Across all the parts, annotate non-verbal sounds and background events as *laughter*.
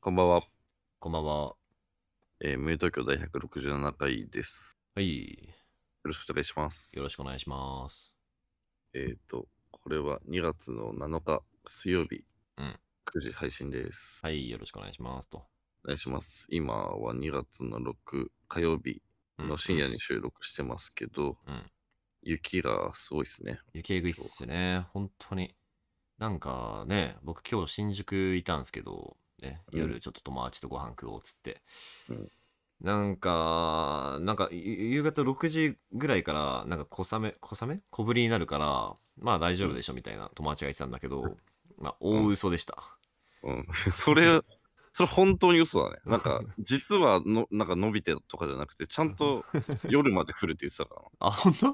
こんばんは。こんばんは。えー、無友東京第167回です。はい。よろしくお願いします。よろしくお願いします。えっ、と、これは2月の7日水曜日、うん9時配信です。はい。よろしくお願いします。と。お願いします。今は2月の6火曜日うんの深夜に収録してますけど、うん雪がすごいですね。雪えぐいっすね。本当に。なんかね、僕今日新宿いたんですけど、ね、うん夜ちょっと友達とご飯食おうっつって。うんなんか、なんかゆ夕方6時ぐらいから、なんか小雨、小雨小降りになるから、まあ大丈夫でしょみたいな友達が言ってたんだけど、まあ大嘘でした。うん、 *laughs* それ、それ本当に嘘だね。なん *laughs* か、実はの、なんか伸びてとかじゃなくて、ちゃんと夜まで降るって言ってたかあ、本当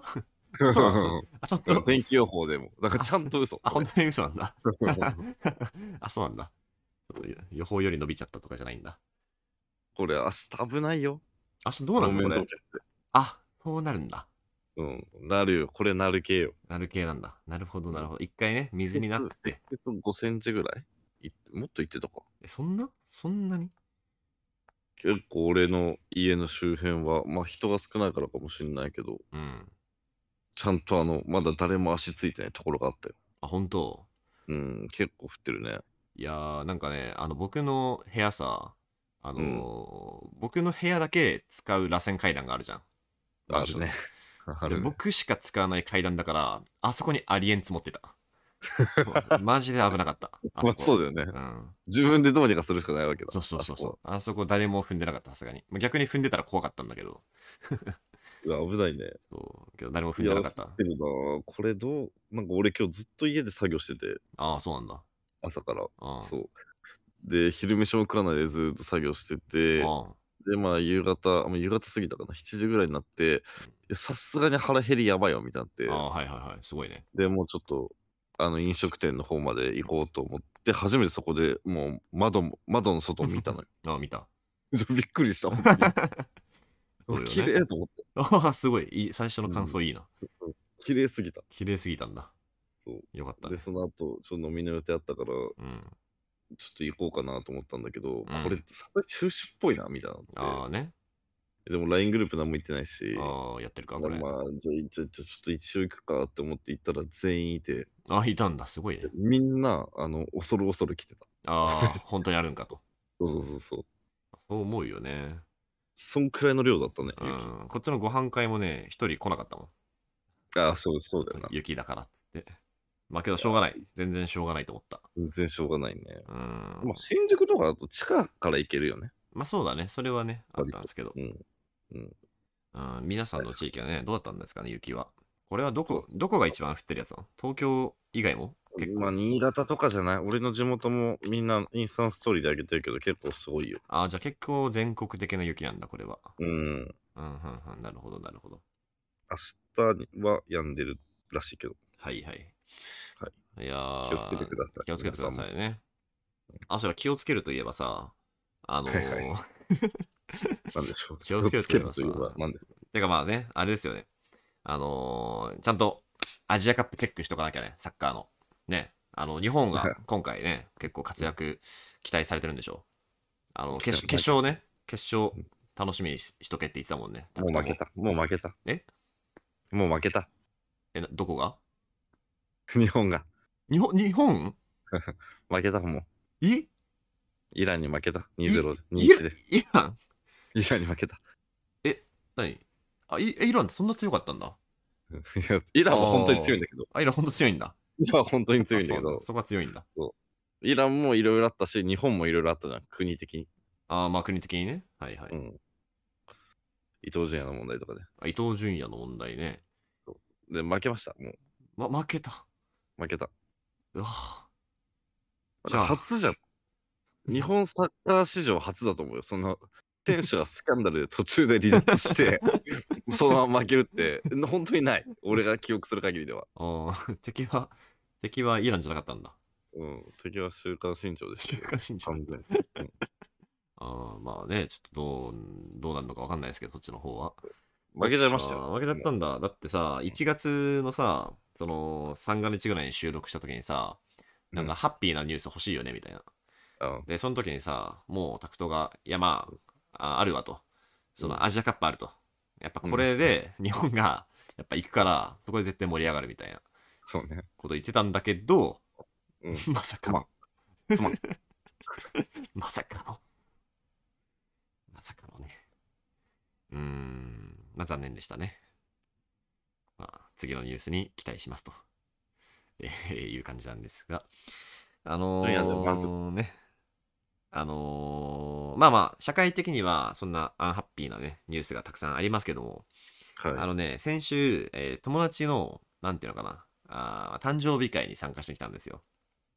ら。そうなの *laughs* あ、ちゃん *laughs* うんと。天気予報でも。だからちゃんと嘘。あ、本当に嘘なんだ。こあ、そうなんだ。ちょっと予報より伸びちゃったとかじゃないんだ。れ明日危ないよ。あ、そうどうなん路だこ面凍。れ結あ、そうなるんだ。うん、なるよ。これなる系よ。なる系なんだ。なるほど、なるほど。一回ね、水になって。えっと5センチぐらいいもっといってたか。え、そんなそんなに結構俺の家の周辺は、まあ人が少ないからかもしれないけど、うん。ちゃんとあの、まだ誰も足ついてないところがあったよ。あ、本当うん、結構降ってるね。いやー、なんかね、あの、僕の部屋さ、あのー僕の部屋だけ使う螺旋階段があるじゃん。あるね。あでるね。僕しか使わない階段だから、あそこにアリエン積もってた。 *laughs* マジで危なかった。あまあそうだだよね。うん。自分でどうにかするしかないわけだ。そうそうそうそあう。あそこ誰も踏んでなかった、さすがに。まあ逆に踏んでたら怖かったんだけど。こうわ危ないね。そう。けど誰も踏んでなかっいたや降。てるなこれどう、なんか俺今日ずっと家で作業してて、ああ、そうなんだ。朝から。ああ。そう。で、昼飯も食わないでずっと作業してて、あで、まあ、夕方、まあ、夕方過ぎたかな、7時ぐらいになって、いやさすがに腹減りやばいよ、みたいにあなあっあ、はいはいはい。すごいね。て、で、もうちょっと、あの、飲食店の方まで行こうと思って、初めてそこでもう窓も、窓の外を見たのよ。 *laughs* ああ、見た。ちょっとびっくりした、本当に *laughs* そうよね綺麗と思って、ああ、すごいいい。最初の感想いいな。綺麗すぎた。綺麗すぎたんだ。そうよかったで、ね。その後、ちょっと飲みの予定あったから、ちょうん。っと行こうかなと思ったんだけど、うんこれ、さすがに中止っぽいな、みたいになのああね。でも LINE グループ何も行ってないし、ああ、やってるか、これ。まあ、じゃあ、じゃあじゃあちょっと一応行くかって思って行ったら全員いて、ああ、いたんだ。すごいね。みんな、あの、恐る恐る来てた。ああ、本当にあるんかと。 *laughs* そうそうそうそう。そう思うよね。そんくらいの量だったね、う雪。ん。こっちのご飯会もね、一人来なかったもん。ああ、そうそうだよな。雪だからっつって。まあけど、しょうがない。全然しょうがないと思った。全然しょうがないね。うん。まあ、新宿とかだと地下から行けるよね。まあそうだね、それはね、あっ割とたんですけど、うん。うん。うん、皆さんの地域はね、どうだったんですかね、雪は。これはどこ、どこが一番降ってるやつなの東京以外も結まあ、構。新潟とかじゃない。俺の地元もみんなインスタンストーリーであげてるけど、結構すごいよ。ああ、じゃあ結構全国的な雪なんだ、これは。うん。うん、うん、うん、なるほど、なるほど。明日は病んでるらしいけど、はいはい。、はいやー気をつけてください。気をつけてください。いね。あ、それは気をつけるといえばさ、あのーはいはなんでしょう。気をつけてくださ気をつけいるといえば何ですかてかまあね、あれですよね。あのーちゃんとアジアカップチェックしとかなきゃね、サッカーの。ね、あの、日本が今回ね、結構活躍期待されてるんでしょあの、決決勝ね、決勝楽しみにししとけって言ってたもんね。もう負けた。もう負けた。えもう負けた。え、などこが *laughs* 日本が。日本、日本負けたもう。えイランに負けた。2-0で。イラ2-1で。イランイランに負けた。何あイ、イランってそんな強かったんだ。うんいやイランは本当に強いんだけど。あ、イランほんと強いんだ。イランは本当に強いんだけあそうどだ。そこは強いんだ。イランもいろいろあったし、日本もいろいろあったじゃん。国的に。あーまあ国的にね。はいはい。うん。伊東純也の問題とかで。あ伊東純也の問題ね。で、負けました。もう、ま、負けた。負けた。うわぁじじゃゃああ、初じゃん。日本サッカー史上初だと思うよ。その、選手がスキャンダルで途中で離脱 *laughs* して、そのまま負けるって、本当にない。俺が記憶する限りでは。ああ、 *laughs* 敵は、敵はイランじゃなかったんだ。うん。敵は週刊新潮でした中よ。華信条。完全に。ああ、まあね、ちょっとどう、どうなるのかわかんないですけど、そっちの方は。負けちゃいましたあよ。ー負けちゃったんだ。だってさ、1月のさ、その、三が日ぐらいに収録した時にさ、なんかハッピーなニュース欲しいよね、みたいな。うんで、その時にさ、もうタクトが、いやまあ、ああるわと。そのアジアカップあると。やっぱこれで日本がやっぱ行くから、そこで絶対盛り上がるみたいなそうね。こと言ってたんだけど、うん。まさかまのあ。すまん *laughs* まさかの。まさかのね。うーん。まあ残念でしたね。まあ、次のニュースに期待しますと。え *laughs* ーいう感じなんですが。あのいやでもまずー、ね。あのーまあまあ、社会的にはそんなアンハッピーなね、ニュースがたくさんありますけども、あはのね、先週、えー友達の、なんていうのかな、あー誕生日会に参加してきたんですよ。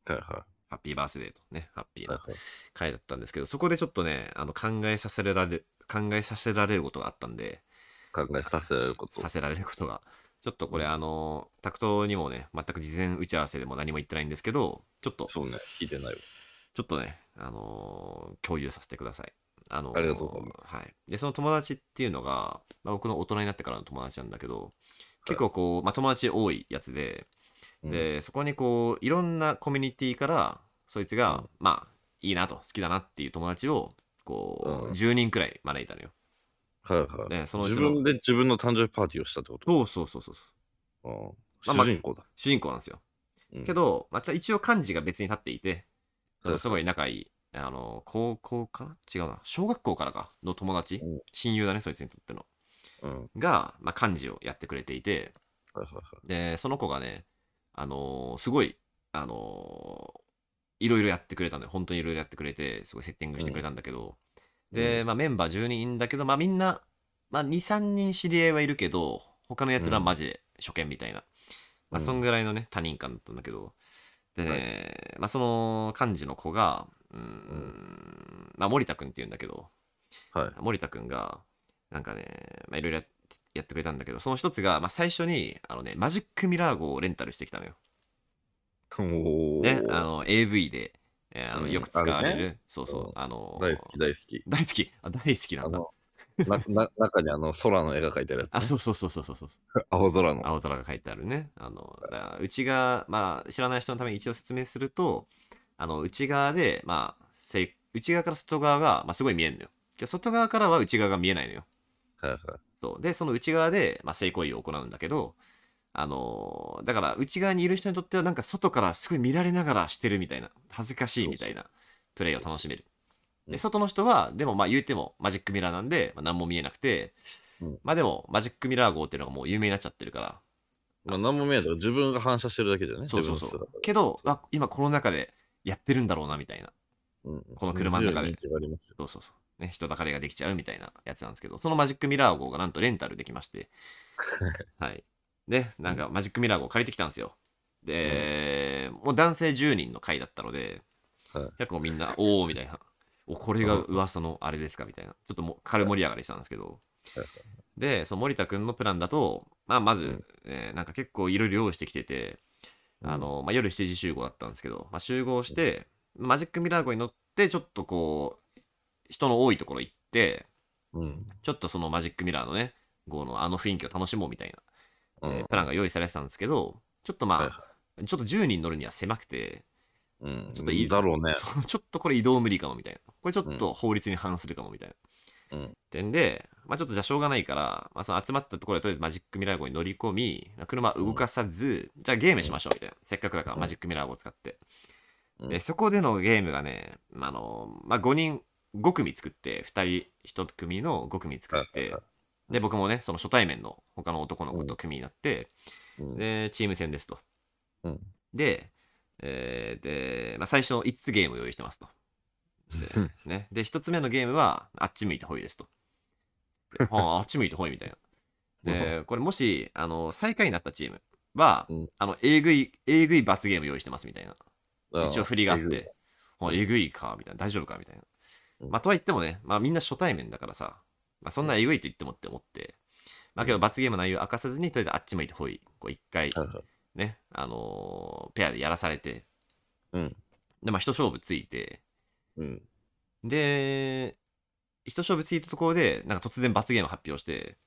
い。はいはハッピーバースデーとね、ハッピーい。なはいはい回だったんですけどそこでちょっとねあの考えさせられる考えさせられることがあったんで考えさせられること。させられることがちょっとこれ、うんあのタクトにもね全く事前打ち合わせでも何も言ってないんですけどちょっとちょそうね。聞いてないわ。っとねあのー共有させてくださいあのーありがとうございまはい、でその友達っていうのが、まあ、僕の大人になってからの友達なんだけど結構こう、まあ、友達多いやつでうん、でそこにこういろんなコミュニティからそいつが、うんまあいいなと好きだなっていう友達をこうう、ん10人くらい招いたのよはいはい。ねそのうち自の分で自分の誕生日パーティーをしたってことそうそうそうそううまあんまあ主人公だ。主人公なんですようんけ、ど、まあ、じゃあ一応漢字が別に立っていてはいはいすごい仲いいあの高校かな違うな小学校からかの友達うん親友だねそいつにとってのうん。はいが、まあ、漢字をやってくれていてはいはい。でその子がねあのーすごいあのーいろいろやってくれたんだよ本当にいろいろやってくれてすごいセッティングしてくれたんだけど、で、まあ、メンバー10人いんだけどまあみんな、まあ、23人知り合いはいるけど他のやつらはマジで初見みたいな、まあ、うんそんぐらいのね他人感だったんだけどでね、まあ、その幹事の子がうーん、まあ、森田君っていうんだけどうんはい。森田君がなんかねまあいろいろやっやってくれたんだけどその一つが、まあ、最初にあの、ね、マジックミラー号をレンタルしてきたのよ。おお。ね、あの AV で、えーあのうんよく使われある、れそうそううんあの大好き大好き。大好きあ大好きなあんだの、なな *laughs* 中にあの空の絵が描いてあるやつ、ね。あそうそうそうそうそうそう青空の。青空が書いてあるねあのだから内側まあ知らない人のために一応説明するとあの内側でまあせ内側から外側が、まあ、すごい見えるのよけど外側からは内側が見えないのよはいはい。そうでその内側で、まあ、性行為を行うんだけどあのーだから内側にいる人にとってはなんか外からすごい見られながらしてるみたいな恥ずかしいみたいなプレイを楽しめるうんで外の人はでもまあ言うてもマジックミラーなんで、まあ、何も見えなくて、うんまあでもマジックミラー号っていうのがもう有名になっちゃってるからまあ何も見えないけど自分が反射してるだけだよね。そうそうそ自分のう姿がけどあ今この中でやってるんだろうなみたいなうんこの車の中で非常に人気がありますよそうそうそう、ね、人だかりができちゃうみたいなやつなんですけどそのマジックミラー号がなんとレンタルできましてはいでなんかマジックミラー号借りてきたんですよで、もう男性10人の会だったので、はい結構みんな「おお」みたいな「おこれが噂のあれですか」みたいなちょっともう軽盛り上がりしたんですけどはでその森田君のプランだと、まあ、まず、うんえーなんか結構いろいろ用意してきててあの、まあ、夜7時集合だったんですけど、まあ、集合して、マジックミラー号に乗ってちょっとこう人の多いところ行ってうん。ちょっとそのマジックミラーのね号のあの雰囲気を楽しもうみたいな、うえーん。プランが用意されてたんですけどちょっとまあ、はいちょっと10人乗るには狭くて、うん。ちょっといいだろうね。そう *laughs* ちょっとこれ移動無理かもみたいなこれちょっと法律に反するかもみたいな、うん。点で、まあ、ちょっとじゃあしょうがないから、まあ、その集まったところでとりあえずマジックミラー号に乗り込み車動かさず、じゃあゲームしましょうみたいなせっかくだからうんマジックミラー号を使って、うんでそこでのゲームがね、まああのまあ、5人5組作って2人1組の5組作って、はいはいはで僕もねその初対面の他の男の子と組になって、うんでチーム戦ですとうん。で,、えーでまあ、最初の5つゲームを用意して *laughs* ますとうんね、で1つ目のゲームはあっち向いてほいですと。 *laughs* ではあ、あっち向いてほいみたいな。でこれもしあの最下位になったチームは、うんあのえぐいえぐい罰ゲーム用意してますみたいな。一応振りがあっ。うんて、はあえぐいかみたいな大丈夫かみたいな。うんまあ、とは言ってもね、まあ、みんな初対面だからさ、まあ、そんなえぐいと言ってもって思って、まあ、けど罰ゲームの内容明かさずにとりあえずあっち向いてほいこう1回はいはいね、あのーペアでやらされてうん。で、まあ、一勝負ついてうん。で、一勝負ついたところで、なんか突然罰ゲーム発表して、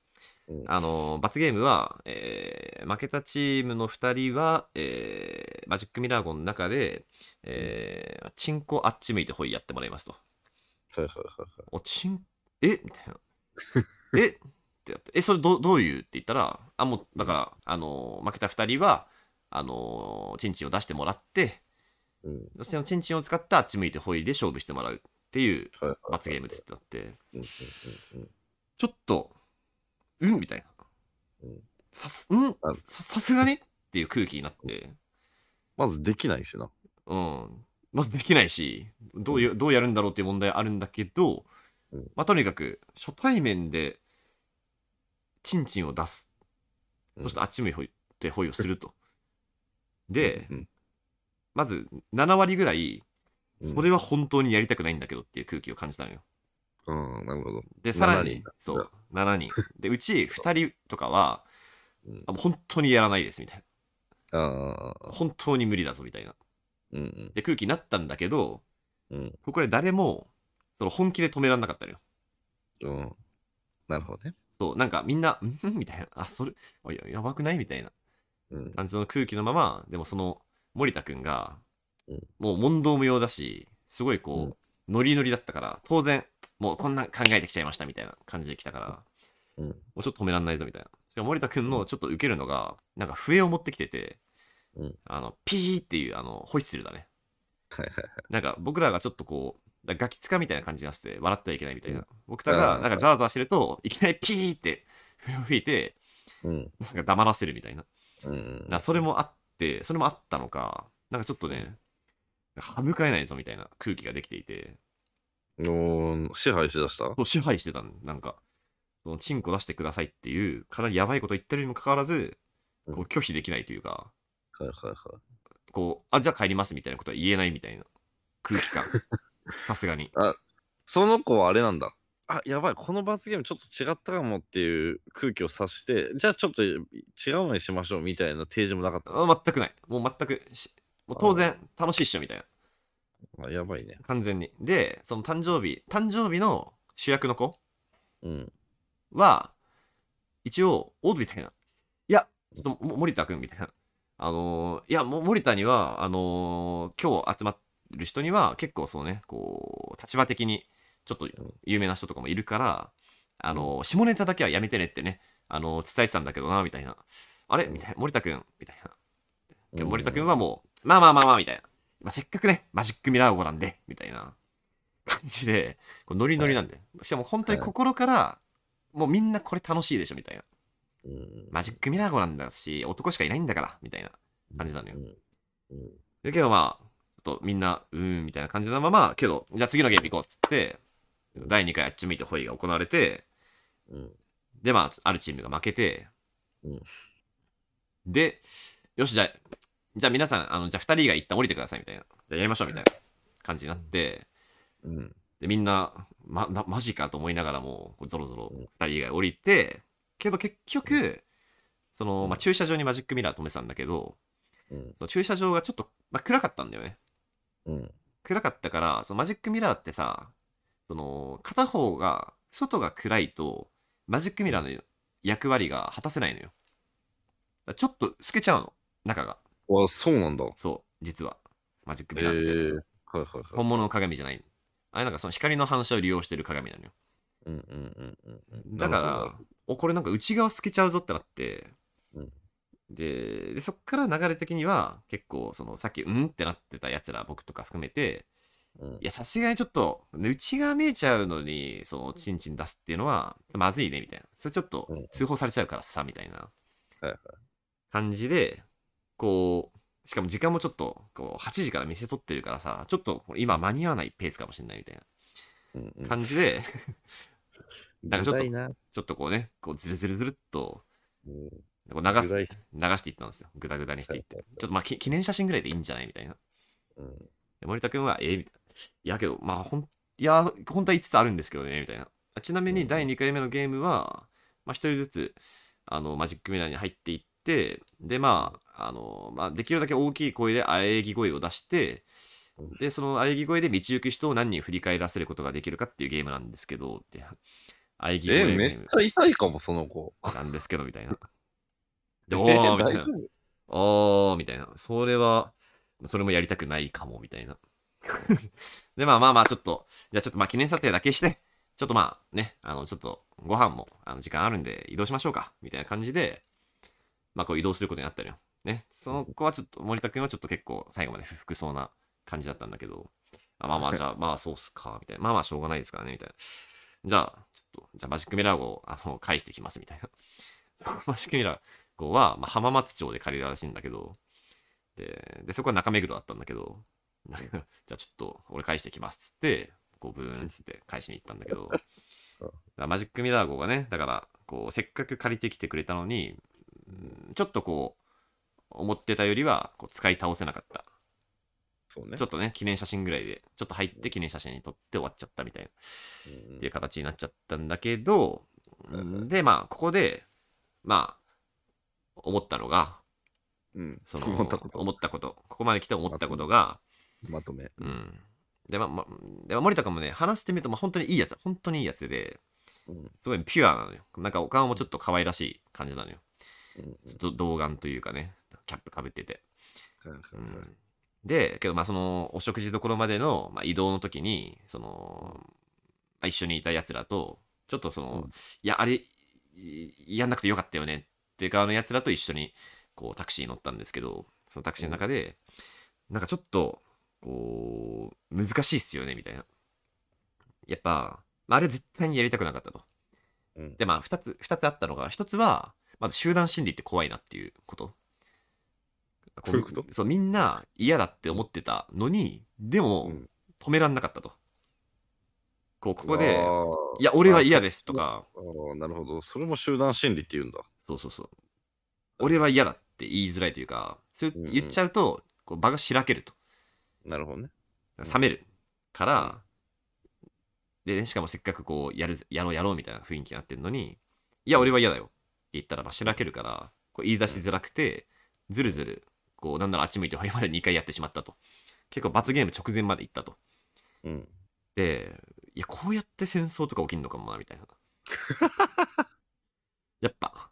うんあのー罰ゲームは、えー負けたチームの2人は、えーマジックミラー号の中で、えー、チンコあっち向いてほいやってもらいますと。はいはいはいおちんえみたい *laughs* なえってやってえそれどどういうって言ったらあもうだから、あのー負けた2人はあのーチンチンを出してもらってはい。うん。そしてそのチンチンを使ってあっち向いてほいで勝負してもらうっていうはいはいはい罰ゲームですってなってうんうんうんうんちょっとうんみたいなうんさすうんあささすがにっていう空気になってまずできないしな。うんまずできないしどうやどうやるんだろうっていう問題あるんだけど、うんまあ、とにかく初対面でチンチンを出すうんそしてあっち向いてほいをすると、でうんまず7割ぐらいうんそれは本当にやりたくないんだけどっていう空気を感じたのようん、なるほど。でさら7に人そう7人でうち2人とかはうんあもう本当にやらないですみたいあなあ、本当に無理だぞみたいなうんで空気になったんだけどうんここで誰もその本気で止められなかったのよ。うん。うん。なるほどね。そう、なんかみんな、んんみたいな、あ、それ、あややばくないみたいなうん。感じの空気のまま、でもその森田くんがうん、もう問答無用だし、すごいこう、うんノリノリだったから、当然、もうこんなん考えてきちゃいましたみたいな感じで来たから、うんもうちょっと止めらんないぞみたいな。しかも森田くんのちょっと受けるのが、なんか笛を持ってきてて、うんあの、ピーっていう、あの、ホイッスルだね。はいはいなんか僕らがちょっとこう、だガキつかみたいな感じになってて、笑ってはいけないみたいな。う僕らうがんなんかザワザワしてると、いきなりピーって笛を吹いて、はい。うん。なんか黙らせるみたいな。うんなそれもあって、それもあったのか、なんかちょっとね、歯向かえないぞみたいな空気ができていて、おー支配しだしたそう支配してたんなんか、そのチンコ出してくださいっていう、かなりやばいこと言ってるにもかかわらず、こううん拒否できないというか、はいはいはい。こう、あ、じゃあ帰りますみたいなことは言えないみたいな空気感。さすがに。その子はあれなんだ。あ、やばい、この罰ゲームちょっと違ったかもっていう空気を察して、じゃあちょっと違うのにしましょうみたいな提示もなかったの。あ全くない。もう全くし、もう当然楽しいっしょみたいな。あ、やばいね。完全に。で、その誕生日、誕生日の主役の子うん。は、一応、オードみたいな。いや、ちょっとも森田君みたいな。あのーいや、も森田には、あのー今日集まる人には、結構そうね、こう、立場的に、ちょっと有名な人とかもいるから、あのー下ネタだけはやめてねってね、あのー伝えてたんだけどな、みたいな。あれみたいな。森田君みたいな。で森田君はもう、まあまあまあまあ、みたいな。まあ、せっかくね、マジックミラー号なんで、みたいな感じで、こうノリノリなんで。しかも本当に心から、もうみんなこれ楽しいでしょ、みたいな。うん、マジックミラー号なんだし、男しかいないんだから、みたいな感じなのよう。ん。うんだけどまあ、ちょっとみんな、うーん、みたいな感じのまま、けど、じゃあ次のゲーム行こうっつって、第2回あっち向いてホイが行われて、うん。で、まあ、あるチームが負けて、うんで、よし、じゃあ、じゃあ皆さん、あの、じゃあ2人が一旦降りてくださいみたいな。じゃあやりましょうみたいな感じになって、うん。で、みんな、ま、なマジかと思いながらも、こうゾロゾロ2人以外降りて、けど結局、その、まあ、駐車場にマジックミラー止めてたんだけど、うん。その駐車場がちょっと、まあ、暗かったんだよね。うん。暗かったからそのマジックミラーってさその片方が外が暗いとマジックミラーの役割が果たせないのよだからちょっと透けちゃうの中がわ、そうなんだ。そう実はマジックええミラーって、ー。はいはいはい。本物の鏡じゃないあれなんかその光の反射を利用してる鏡なのようんうんうんうんうん。だからおこれなんか内側透けちゃうぞってなって、うんででそっから流れ的には結構そのさっきうんってなってたやつら僕とか含めてなるほど、いや、さすがにちょっと、内側見えちゃうのに、その、チンチン出すっていうのは、まずいね、みたいな。それちょっとうん、通報されちゃうからさ、みたいなはいはい。感じで、こう、しかも時間もちょっと、こう、8時から店取ってるからさ、ちょっと、今間に合わないペースかもしれないみたいうんうんうんな感じで、 *laughs* なんかちょっと具体なちょっとこうね、こう、ずるずるずるっと、うんこう流す、具流体していったんですよ。ぐだぐだにしていって。はいちょっと、まあ、き記念写真ぐらいでいいんじゃないみたいな。うんで森田君は、えみたいな。いやけど、まあ、ほん、いや、本当は5つあるんですけどね、みたいな。あちなみうにん第2回目のゲームは、まあ、1人ずつ、あの、マジックミラーに入っていって、で、まあ、あの、まあ、できるだけ大きい声で喘ぎ声を出してうん、で、その喘ぎ声で道行く人を何人振り返らせることができるかっていうゲームなんですけど、って。喘ぎえ、声めっちゃ痛いかも、その子。なんですけど、みたいな。えで、おー、みた大い丈な。おー、みたいな。それは、それもやりたくないかも、みたいな。 *laughs* で、まあまあまあ、ちょっと、じゃあちょっとまあ記念撮影だけして、ちょっとまあね、あの、ちょっとご飯もあの時間あるんで移動しましょうか、みたいな感じで、まあこう移動することになったのよ。ね、その子はちょっと、森田君はちょっと結構最後まで不服そうな感じだったんだけど、あまあまあ、じゃあまあそうっすか、みたいな。まあまあしょうがないですからね、みたいな。じゃあ、ちょっと、じゃあマジックミラー号をあの返してきます、みたいな。 *laughs* そのマジックミラー号は、まあ、浜松町で借りるらしいんだけど、で、でそこは中目黒だったんだけど、なんかじゃあちょっと俺返してきますっつって、こうブーンっつって返しに行ったんだけど、だからマジックミラー号がね、だから、こう、せっかく借りてきてくれたのに、うんちょっとこう、思ってたよりはこう使い倒せなかった。夫そうね。ちょっとね、記念写真ぐらいで、ちょっと入って記念写真に撮って終わっちゃったみたいな。うんっていう形になっちゃったんだけど、うんでまあここでまあ思ったのがうん、その思ったこと。思ったことここまで来て思ったことが、まとめ。うん、でまあ、までまあ森田君もね話してみると、まあ、本当にいいやつ本当にいいやつでうんすごいピュアなのよなんかお顔もちょっと可愛らしい感じなのようんちょっと童顔というかねキャップかぶってて、うんうんでけどまあそのお食事どころまでの、まあ、移動の時にその、まあ一緒にいたやつらとちょっとその、うんいやあれいやんなくてよかったよねっていう側のやつらと一緒にこうタクシーに乗ったんですけどそのタクシーの中で、なんかちょっとこう難しいっすよねみたいなやっぱ、まあ、あれ絶対にやりたくなかったと、うんでまあ2つ二つあったのが1つはまず集団心理って怖いなっていうことどういうことそうみんな嫌だって思ってたのにでもうん止めらんなかったと、こうここあでー「いや俺は嫌です」とかあーなるほど。それも集団心理って言うんだ。そうそうそう俺は嫌だって言いづらいというかそううんうん言っちゃうとこう場がしらけるとなるほどね。冷めるから、でしかもせっかくこうやるぜやろうやろうみたいな雰囲気になってるのにいや俺は嫌だよって言ったらまあしらけるからこう言い出しづらくて、ずるずるこうなんならあっち向いてほいまで2回やってしまったと結構罰ゲーム直前まで行ったとうん。でいやこうやって戦争とか起きんのかもなみた *laughs* いなやっぱ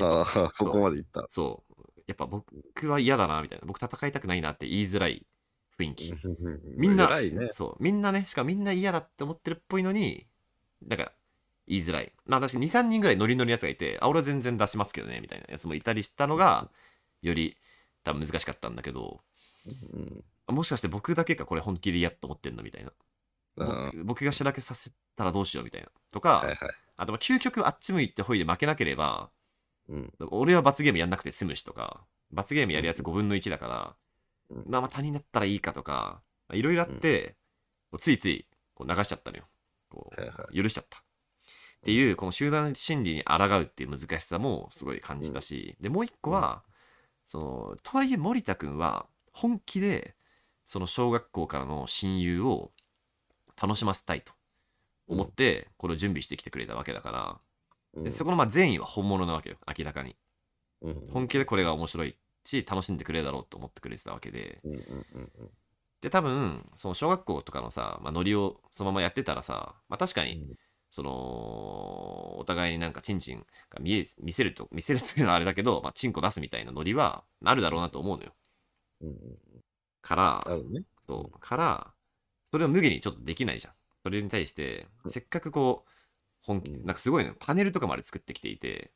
ああ、そこまでいった。そうやっぱ僕は嫌だなみたいな僕戦いたくないなって言いづらい雰囲気、みみんな、偉いね。そう、みんなね、しかもみんな嫌だって思ってるっぽいのに、なんか、言いづらい。まあ確かに2、3人ぐらいノリノリのやつがいて、あ、俺は全然出しますけどね、みたいなやつもいたりしたのが、より多分難しかったんだけど、うんもしかして僕だけかこれ本気で嫌と思ってんのみたいな。うん僕はい僕がしらけさせたらどうしようみたいな。とか、はい。あとまあ究極あっち向いてほいで負けなければ、うん。俺は罰ゲームやんなくて済むしとか、罰ゲームやるやつ5分の1だから、うんまあまあ他人だったらいいかとか、まあいろいろあって、こうついついこう流しちゃったのよ。こはいはう許しちゃった。っていう、この集団心理に抗うっていう難しさもすごい感じたし、で、もう一個は、その、とはいえ森田くんは本気で、その小学校からの親友を楽しませたいと思って、これを準備してきてくれたわけだから、うでんそこのまあ善意は本物なわけよ、明らかに。うん本気でこれが面白いし楽しんでくれるだろうと思ってくれてたわけでうんうんうんうんで多分その小学校とかのさ、まあ、ノリをそのままやってたらさ、まあ、確かうにんそのお互いになんかチンチンが見え見せると見せるというのはあれだけど、まあ、チンコ出すみたいなノリはあるだろうなと思うのようんうん。からあるね。そうからそれを無限にちょっとできないじゃんそれに対してせっかくこう本気なんかすごいねパネルとかまで作ってきていて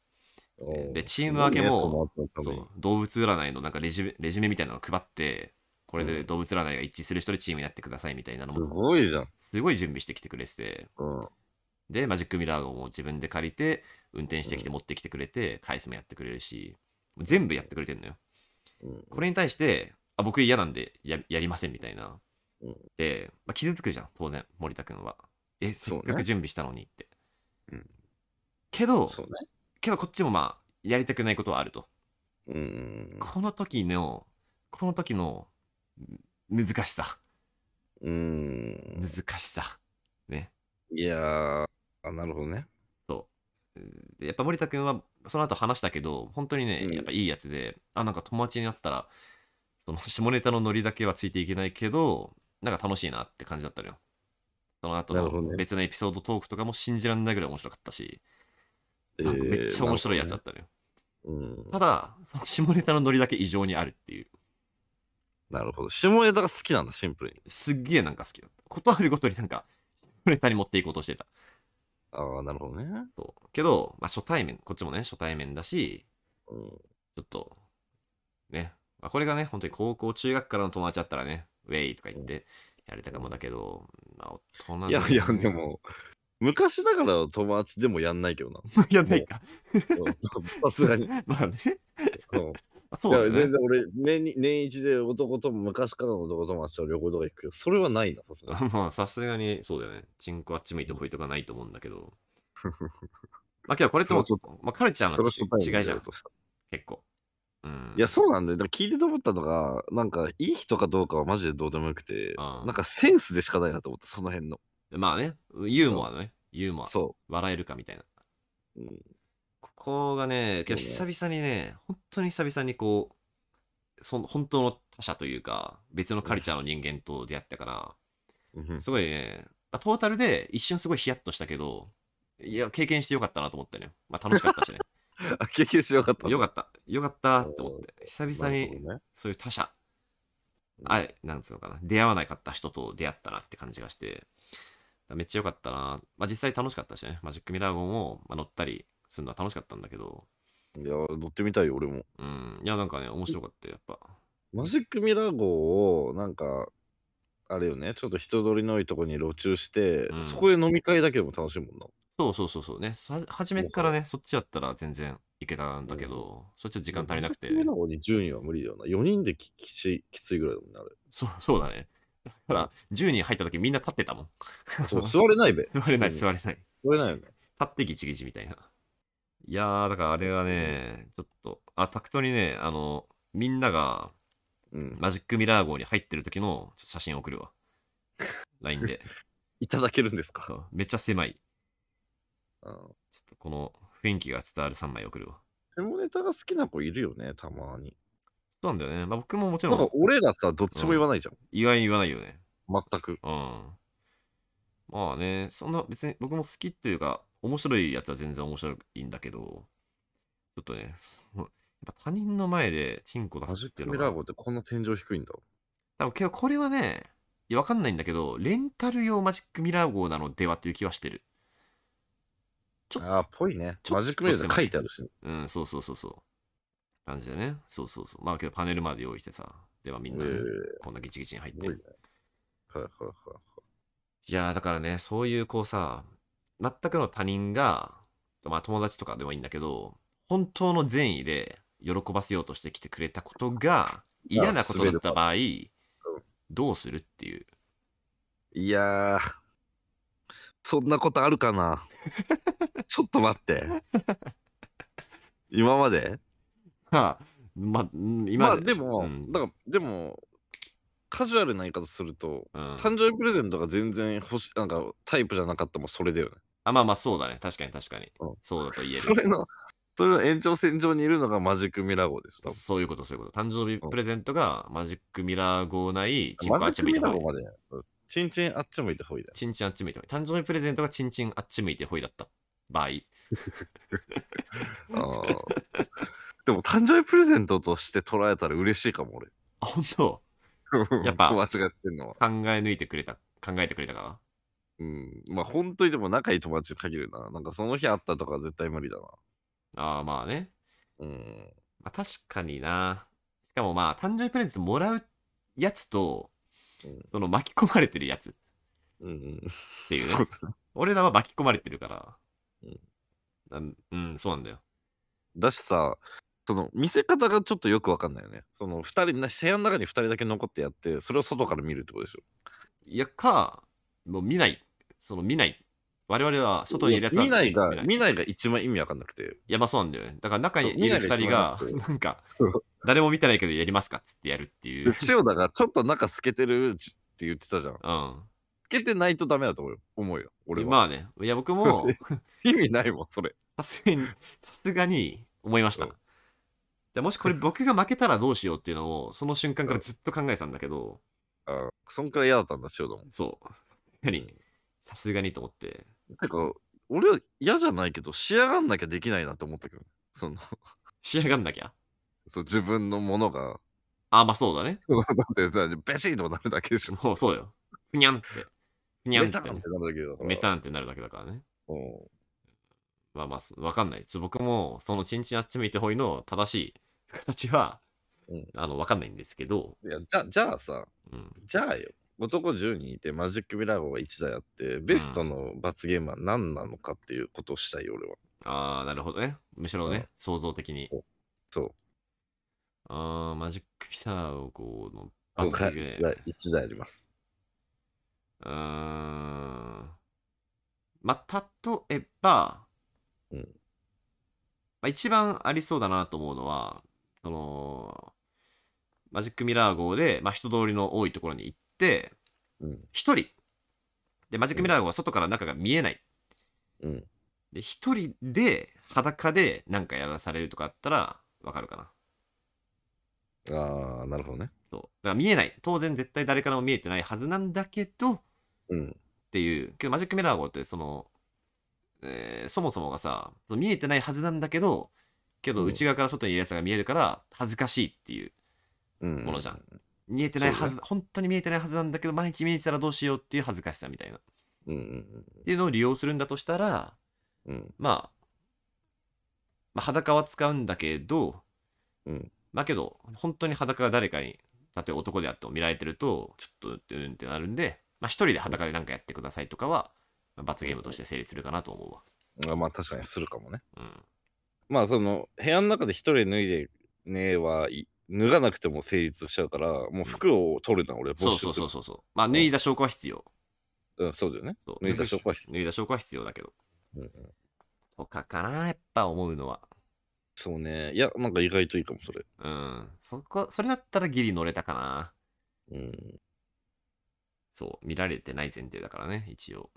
でチーム分けもそそうう動物占いのなんかレジュメレジュメみたいなのを配ってこれで動物占いが一致する人でチームになってくださいみたいなのすもごいじゃん。すごい準備してきてくれててうんでマジックミラー号も自分で借りて運転してきて持ってきてくれて返すもやってくれるし全部やってくれてるのようんこれに対してあ僕嫌なんでややりませんみたいなうんで、まあ、傷つくじゃん当然森田君はえせそうっねかく準備したのにって、うんけどそうね。けどこっちもまあやりたくないことはあるとうんうんこの時の、この時のむ難しさ、うん。うん難しさ、ね。いやー、あなるほどね。そう。でやっぱ森田君はその後話したけど、本当にねう、んやっぱいいやつで、あ、なんか友達になったら、その下ネタのノリだけはついていけないけど、なんか楽しいなって感じだったのよ。その後なるほどのね別のエピソードトークとかも信じられないぐらい面白かったし、なんかめっちゃ面白いやつだったのよ。た。うん。ただ、その下ネタのノリだけ異常にあるっていう。なるほど。下ネタが好きなんだ、シンプルに。すっげえなんか好きだった。ことあるごとになんか、下ネタに持っていこうとしてた。ああ、なるほどね。そう。けど、まあ初対面、こっちもね、初対面だし、うん。ちょっと、ね。まあ、これがね、本当に高校、中学からの友達だったらね、ウェイとか言ってやれたかもだけど、まあ大人のいやいや、で。も、昔だから友達でもやんないけどな。 *laughs* いや、ないか。うんさすがに。まあね。うんあそうだいやよ全ね。然俺年に、年一で男とも昔からの男友達と旅行とか行くけど、それはないな、さすがに。 *laughs* まあ、さすがに、そうだよね。チンコあっち向いてほいとかないと思うんだ *laughs* けど。まあ、けどこれってもうそれまあ、カルチャーそのれはち初対面で違いじやゃんる、としたら結構。うん。いや、そうなんだよ。でも聞いてて思ったのが、なんか、いい人かどうかはマジでどうでもよくて、うんなんかセンスでしかないなと思った、その辺の。まあね、ユーモアのね、ユーモア、そ笑えるかみたいな。う。うんここがね、けどそ久々にね、本当に久々にこう、その本当の他者というか、別のカルチャーの人間と出会ったかうんら、すごいね、まあトータルで一瞬すごいヒヤッとしたけど、いや、経験してよかったなと思ってね。まあ楽しか *laughs* ったしね。あ経験しよかった。よかった。よかったって思って。久な々るほにどねそういう他者、うんあい、なんつうのかな、出会わなかった人と出会ったなって感じがして、めっちゃ良かったな。まあ実際楽しかったしね、マジックミラー号も、まあ、乗ったりするのは楽しかったんだけど、いや、乗ってみたいよ、俺も。うん、いやなんかね、面白かったよ、やっぱ。マジックミラー号を、なんか、あれよね、ちょっと人通りの多いとこに路中して、うんそこで飲み会だけでも楽しいもんな。そうそうそうそうね、さ初めっからね、そっちやったら全然いけたんだけど、そっちは時間足りなくてマジッ、クミラー号に10人は無理だよな。4人でききついきついぐらいだもんね、あれ。そうそうだね。だから、10人入った時みんな立ってたもん。そう座れないべ。 *laughs* 座れない、普通に座れない。座れないよね。立ってギチギチみたいな。いやー、だからあれはね、ちょっと、あ、タクトにね、あの、みんながうん。マジックミラー号に入ってる時のちょっと写真送るわ。LINE で。いただけるんですか。そうめっちゃ狭い。うんちょっとこの雰囲気が伝わる3枚送るわ。下ネタが好きな子いるよね、たまに。そうなんだよね。まあ僕ももちなんかろん、俺らさ、どっちも言わないじゃん。意外に言わないよね。全く。うん。まあね、そんな別に僕も好きっていうか、面白いやつは全然面白いんだけど、ちょっとね、そのやっぱ他人の前でチンコ出マすジっッていクうミのラがー号ってこんな天井低いんだ。多分けどこれはね、いやわかんないんだけど、レンタル用マジックミラー号なのではっていう気はしてる。ああ、ぽいね。ちょっとマジックミラーって書いてあるしね。うん、そうそうそうそう。感じだね。そうそうそう。まあけどパネルまで用意してさ、ではみんなね、えこんなギチギチに入っえてすごい。ね。はいはいはいはいやーだからね、そういうこうさ、全くの他人が、まあ友達とかでもいいんだけど、本当の善意で喜ばせようとしてきてくれたことが嫌なことだった場合、どうするっていう。 *laughs* い。いやー、そんなことあるか *laughs* な。ちょっと待って。今までまあ、まあ、うん今まあでも、うんだから、でも、カジュアルな言い方すると、うん誕生日プレゼントが全然欲しなんかタイプじゃなかったもんそれだよね。あ、まあまあそうだね。確かに確かにうん。そうだと言えそる。れの、それの延長線上にいるのがマジックミラー号です。多そういうこと、そういうこと。誕生日プレゼントがマジックミラー号ない、チン分コあっち向いてマジックミラーほい。号まで。うんチンチンあっち向いてほいだよ。チンチンあっち向いてほい。誕生日プレゼントがチンチンあっち向いてほいだった場合。あーでも誕生日プレゼントとして捉えたら嬉しいかも俺。あ、本当や *laughs* っぱ友達がやってんのは。考え抜いてくれた、考えてくれたから。うん。まあ本当にでも仲いい友達に限るな。なんかその日あったとかは絶対無理だな。ああ、まあね。うん。まあ確かにな。しかもまあ、誕生日プレゼントもらうやつと、うんその巻き込まれてるやつっうんうん。ていうねそう。俺らは巻き込まれてるから。うんうん、うん、そうなんだよ。だしさ、その見せ方がちょっとよくわかんないよね。その二人な、部屋の中に2人だけ残ってやって、それを外から見るってことでしょ。いや、か、もう見ない。その見ない。我々は外にいるやつ見ないが、い見ないが一番意味わかんなくて。いや、まあそうなんだよね。だから中にい見なるいが二一人番が楽、なんか、誰も見てないけどやりますかっつってやるっていう。うでん。千代田がちょっと中透けてるちって言ってたじゃん。透けてないとダメだと思うよ。思うよ俺は、まあね。いや、僕も、意味ないもん、それ。さすがに、さすがに思いましたうん。でもしこれ僕が負けたらどうしようっていうのを、その瞬間からずっと考えてたんだけど、あそんくらい嫌だったんだ、千代田も。そう。やはり、さすがにと思って。てか、俺は嫌じゃないけど、仕上がんなきゃできないなって思ったけど、その、仕上がんなきゃ。そう自分のものが、あ、まあそうだね。だってさ、ベチンとなるだけでしょ。もうそうよ。ふにゃんって。ふにゃんっメてタンってなるだけだから。メタンってなるだけだからね。うんまあまあす、わかんない。ちょ僕も、そのチンチンあっち向いてほいの正しい形は、うんあの、わかんないんですけど、いやじゃ、じゃあさ、うん。じゃあよ。男10人いてマジックミラー号が1台あってベストの罰ゲームは何なのかっていうことをしたい俺は。ああ、なるほどね。むしろね、うん想像的に。そああ、マジックピターをこうのう。罰ゲ1ーム台。一台あります。うーん。まあ、例えば、うんまあ、一番ありそうだなと思うのは、その、マジックミラー号で、まあ、人通りの多いところに行って、うん。一人。で、マジックミラー号は外から中が見えない。うん。で、一人で、裸でなんかやらされるとかあったら、わかるかな。ああ、なるほどね。そう。だから見えない。当然絶対誰からも見えてないはずなんだけど、うん。っていうけどマジックミラー号ってその、えーそもそもがさその見えてないはずなんだけどけどうん内側から外にいるやつが見えるから恥ずかしいっていううん。ものじゃん、見えてないはそず、本当に見えてないはずなんだけど毎日見えてたらどうしようっていう恥ずかしさみたいなっうん。うんていうのを利用するんだとしたら、うん。うん。まあ、まあ裸は使うんだけど、うんまあけど本当に裸が誰かに例えば男であっても見られてるとちょっとうんってなるんでまあ一人で裸で何かやってくださいとかは、まあ罰ゲームとして成立するかなと思うわ。あまあ確かにするかもね。うんまあその部屋の中で一人脱いでねえはい脱がなくても成立しちゃうからもう服を取るな俺はそうそうそううそうそう。まあ脱いだ証拠は必要。そう,、うん、そうだよね。そう脱いだ証拠は必要脱いだ証拠は必要だけど。うんうんとかかな、やっぱ思うのは。そうね。いやなんか意外といいかもそれ。うん。そこ、それだったらギリ乗れたかな。うん。そう、見られてない前提だからね、一応。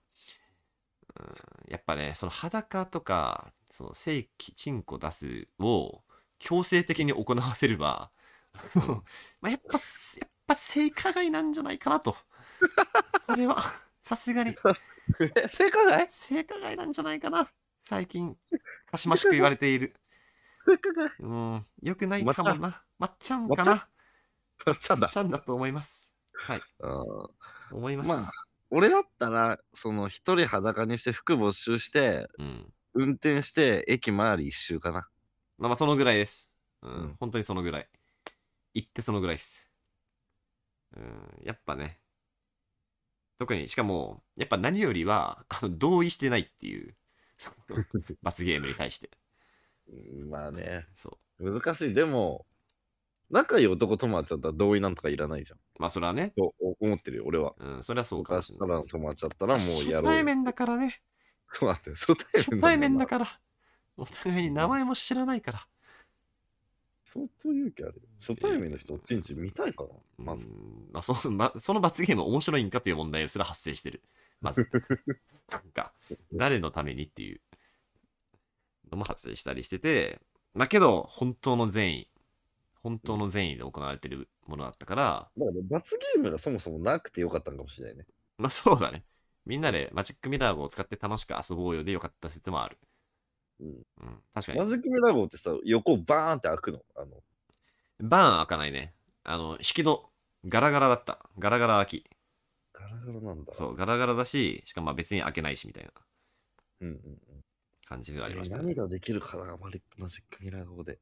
うん、やっぱね、その裸とか、その正規チンコ出すを強制的に行わせれば、まあやっぱ、やっぱ性加害なんじゃないかなと。それは、さすがに。え *laughs* 正解ない性加害なんじゃないかな最近かしましく言われている正解ない。うんよくないかもなまっちゃんかなちゃんだまっ。ちゃんだと思いますはいうん思います、まあ俺だったらその一人裸にして服没収してうん運転して駅周り一周かな。まあまあそのぐらいですうん、うん本当にそのぐらい言ってそのぐらいっすうんやっぱね特にしかもやっぱ何よりはあの同意してないっていう *laughs* その罰ゲームに対してうんまあねそ難しい。でも仲いい男友達だったら同意なんとかいらないじゃん。うまあそれはねと思ってるよ俺は。うんそれはそうかも昔しれかないら止まっちゃったらもうや初ろう対よ。面だからね *laughs* そうなんだよ初初対面だから。から、お互いに名前も知らないから。相当勇気あるよ。初対面の人、ちんちん見たいかなまずう。んまあ、そのま *laughs* その罰ゲーム面白いんかという問題すら発生してる。*laughs* まず。なんか、誰のためにっていうのも発生したりしてて、まあけど、本当の善意、本当の善意で行われてるものだったから、だから罰ゲームがそもそもなくてよかったのかもしれないね。まあそうだね。みんなでマジックミラーを使って楽しく遊ぼうよでよかった説もある。うんうん、確かにマ。ジックミラー号ってさ、横バーンって開くの。あのバーン開かないね。あの、引き戸、ガラガラだった。ガラガラ開き。ガラガラなんだ。そう、ガラガラだし、しかもまあ別に開けないしみたいなうんうんうん。感じではありました何ね。ができるかな、マジックミラー号で。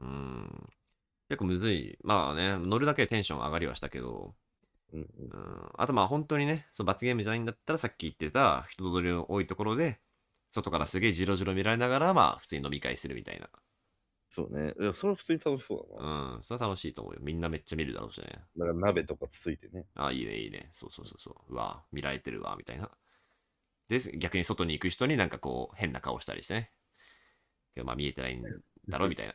うん。結構むずい。まあね、乗るだけでテンション上がりはしたけど、うんうんうん。あとまあ本当にね、その罰ゲームじゃないんだったらさっき言ってた人通りの多いところで、外からすげえジロジロ見られながら、まあ普通に飲み会するみたいそうね。いや、それは普通に楽しそうだな。な。うん。それは楽しいと思うよ。みんなめっちゃ見るだろうしね。だから鍋とかつついてね。あ、いいね、いいね。そうそうそうそう。うわ、見られてるわ、みたいな。で、逆に外に行く人になんかこう、変な顔したりしてね。けどまあ見えてないんだろ、みたいな。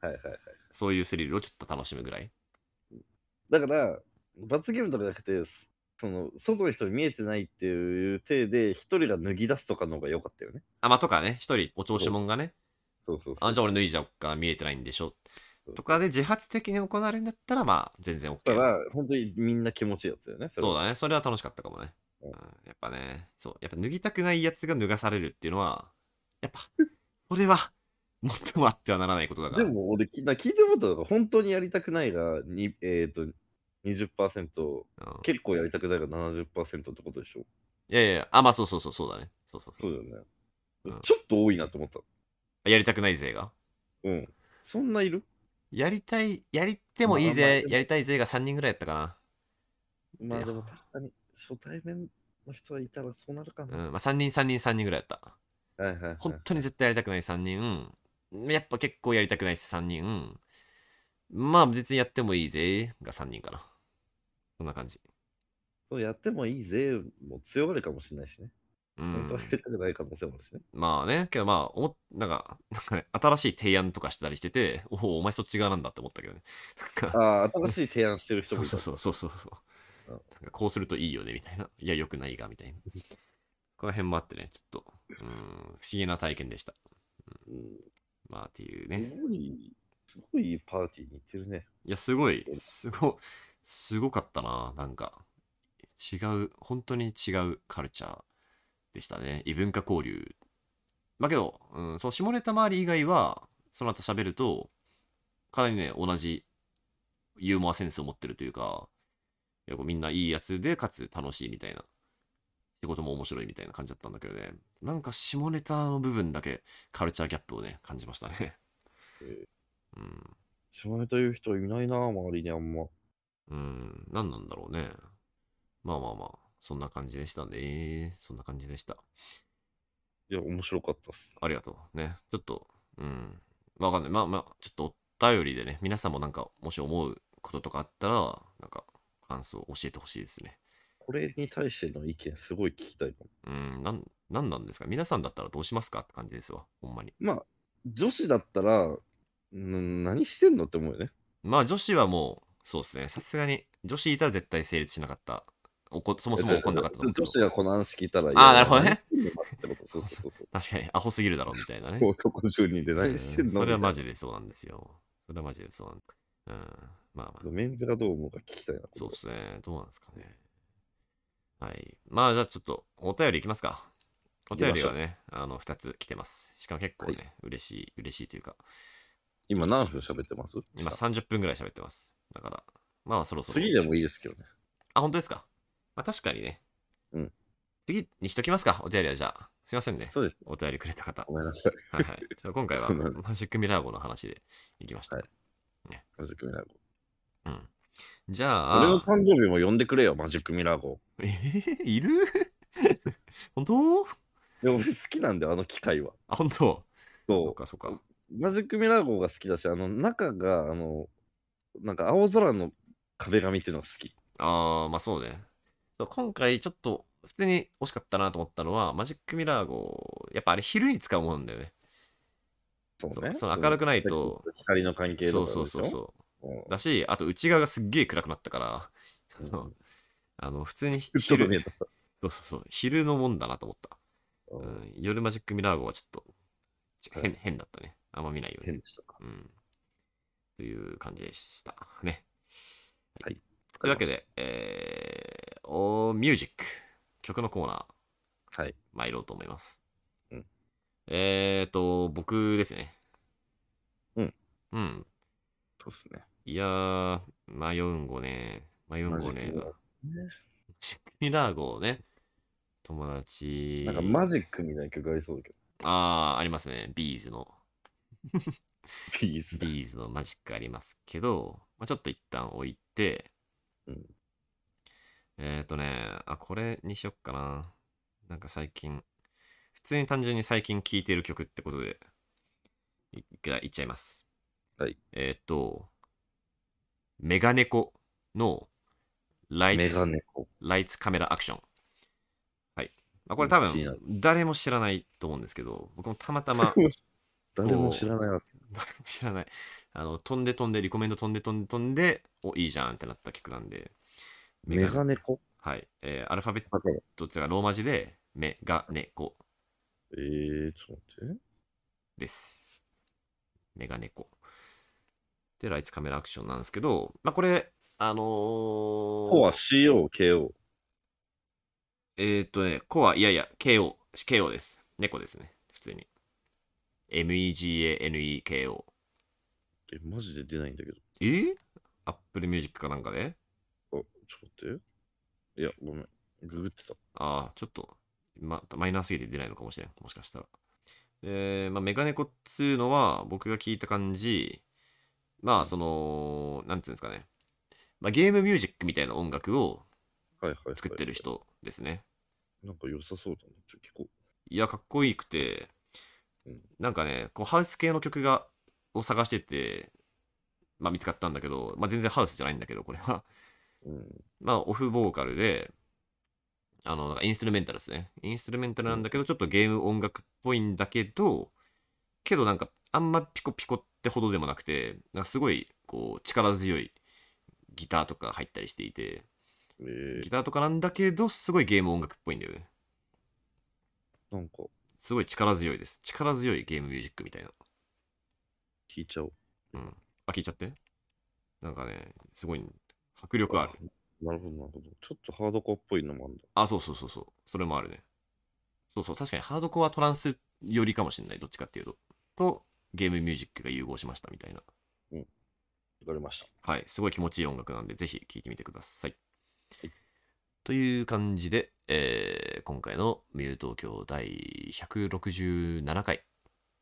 はいはいはい。そういうスリルをちょっと楽しむぐらい。だから、罰ゲームとかじゃなくて、すその外の人に見えてないっていう体で、一人が脱ぎ出すとかの方が良かったよね。あ、まあ、とかね、一人お調子者がね、そうそうそう。あ、じゃあ俺脱いじゃおっか、見えてないんでしょそう。とかで自発的に行われるんだったら、まあ、全然だか OK。ら、本当にみんな気持ちいいやつだよね。れそうだね、それは楽しかったかもね。ううんん、やっぱぱね、そう、やっぱ脱ぎたくないやつが脱がされるっていうのは、や *laughs* っぱ、それは、もっともあってはならないことだかでら。も俺きな聞いてもらったのが本当にやりたくないがに、えー、と20%うん結構やりたくないが70%ってことでしょいやいや、あ、まあそうそうそう、そうだね。そうそうそ。そううだよね、うんちょっと多いなと思ったやりたくない勢が。うんそんないるやりたい、やりてもいいまあまあぜで、もやりたい勢が3人ぐらいやったかまあでもいや確かに初対面の人がいたらそうなるかな。な、うん、まあ3人、3人、3人ぐらいやった。はいはい、はい、本当に絶対やりたくない3人、やっぱ結構やりたくない3人、まあ別にやってもいいぜ、が3人かな。そんな感じ。そうやってもいいぜも強がるかもしれないしね、う本ん当は。やりたくない可能性もあるしねまあね、けどまあ、おもなんか、なんかね、新しい提案とかしてたりしてて、おお、お前そっち側なんだって思ったけどね。なんか、ああ新しい提案してる人そもういたそうそうそうそうそう。うんなんかこうするといいよね、みたいな。いや、よくないが、みたいな。そこら辺もあってね、ちょっと、うん、不思議な体験でした。うまあっていうんね。すごいすごいいいパーティーに行ってるねいや、すごい、すご、すごかったな、なんか。違う、本当に違うカルチャーでしたね。異文化交流。まあけど、うん、その下ネタ周り以外は、その後喋ると、かなりね、同じユーモアセンスを持ってるというか、いやこうみんないいやつで、かつ楽しいみたいな。仕事も面白いみたいな感じだったんだけどね。なんか下ネタの部分だけカルチャーギャップをね、感じましたね。うん。島根という人いないな周りにあんまうん、何なんだろうね。まあまあまあ、そんな感じでしたね。そんな感じでした。いや、面白かったっす。ありがとう。ね、ちょっと、うん、わかんない。まあまあ、ちょっとお便りでね、皆さんもなんか、もし思うこととかあったら、なんか、感想を教えてほしいですね。これに対しての意見、すごい聞きたいかも。うん、なん、なんなんですか皆さんだったらどうしますかって感じですわ、ほんまに。まあ、女子だったら、ん何してんのって思うよね。まあ、女子はもう、そうですね、さすがに、女子いたら絶対成立しなかった。おこそもそも怒んなかったと思うけ女ど子がこの話聞いたら、あーなるほどね何してんのってことそうそうそう確かに、アホすぎるだろ、みたいなねそう。。男10人で何してんうんのそれはマジジでそうなんですよ。それはマジでそうなんうん。まあまあ、メンズがどう思うか聞きたいな。そうですね。どうなんですかね。はい。まあ、じゃあちょっと、お便りいきますか。お便りはね、あの、2つ来てます。しかも結構ね、は嬉しい、嬉しいというか、今何分喋ってます今さ30分ぐらい喋ってます。だから、まあそろそろ。次でもいいですけどね。あ、本当ですか。まあ確かにね。うん。次にしときますか、お便りはじゃあ。すいませんね。そうです。お便りくれた方。ごめんなさい。はいはい。ちょっと今回は *laughs* そうなん、マジックミラー号の話でいきました。はいマジックミラー号。うん。じゃあ。俺の誕生日も呼んでくれよ、マジックミラー号。えー、いる *laughs* 本当でも俺好きなんだよ、あの機械は。あ、本当そそうう。か、そうか。マジックミラー号が好きだし、あの中が、あの、なんか青空の壁紙っていうのが好き。ああ、まあそうね。そう今回ちょっと、普通に惜しかったなと思ったのは、マジックミラー号、やっぱあれ昼に使うものなんだよね。そうね。そうそう明るくないとそう。光の関係とかそでうしょそうそうそうう。だし、あと内側がすっげえ暗くなったから、 *laughs* んあの、普通にちょっと見昼、えた。そうそうそう、昼のもんだなと思った。ううんん、夜マジックミラー号はちょっと、ちはい変変だったね。あんま見ないよね変。でした。うん。という感じでした。ね。はい。というわけ。で、えー、おーミュージック、曲のコーナー、はい。参ろうと思います。うんえーと、僕ですね。うん。うん。そうですね。いやー、迷うんごね。迷うんごねマジックミラーが号。ねチックミラー号ね。友達。なんかマジックみたいな曲ありそうだけど。あー、ありますね。ビーズの。ピース。ビーズのマジックありますけど、まあ、ちょっと一旦置いて、うんえっ、ー、とね、あ、これにしよっかな。なんか最近、普通に単純に最近聴いてる曲ってことで、いいっちゃいます。はい。えっ、ー、と、メガネコのライメガツネコ。ライツカメラアクション。はい。まあ、これうん多気にな分る、誰も知らないと思うんですけど、僕もたまたま、誰も知らないやつ。誰も *laughs* 知らない。あの、飛んで飛んで、リコメンド飛んで飛んで飛んで、お、いいじゃんってなった曲なんで。メガネコはい。えーアルファベッだから。トっていうか、ローマ字で、メガネコえー、ちょっと待って。です。メガネコ。で、ライツカメラアクションなんですけど、まあ、これ、あのーコは CO、KO。えーっとね、コは、いやいや、KO、KO です。猫ですね、普通に。MEGANEKO。え、マジで出ないんだけど。えー、?Apple Music かなんかであ、ちょっと待って。いや、ごめん。ググってた。ああ、ちょっと、ま、マイナーすぎて出ないのかもしれん、もしかしたら。えー、まあ、メガネコっつうのは、僕が聞いた感じ、まあ、その、なんていうんですかね。まあ、ゲームミュージックみたいな音楽をはいはい、はい。作ってる。人ですね。なんか良さそうだな。ちょっと聞こいや、かっこいいくてうん、なんかね、こうハウス系の曲がを探してて、まあ、見つかったんだけど、まあ、全然ハウスじゃないんだけど、これは。う。うん。まあ、オフボーカルで、あの、なんかインストゥルメンタルですね。インストゥルメンタルなんだけど、ちょっとゲーム音楽っぽいんだけど、けどなんか、あんまピコピコってほどでもなくて、なんかすごい、こう、力強いギターとか入ったりしていて、えギターとかなんだけど、すごいゲーム音楽っぽいんだよね。ー、なんかすごい力強いです。力強いゲームミュージックみたいな。聞いちゃおう。あ、聞いちゃって。なんかね、すごい、迫力ある。なるほど、なるほど。ちょっとハードコアっぽいのもあんだ。あ、そうそうそうそう。それもあるね。そうそう。確かにハードコアトランス寄りかもしれない。どっちかっていうと。と、ゲームミュージックが融合しましたみたいな。わかりました。はい。すごい気持ちいい音楽なんで、ぜひ聴いてみてくださいはい。という感じで、えー今回のミュー東京第167回。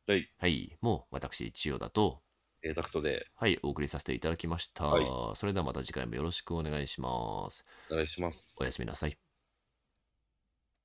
はい。はい。もう私、千代田と、えー、ダクトではい、お送りさせていただきました。はそれではまた次回もよろしくお願いします。お願いします。おやすみなさい。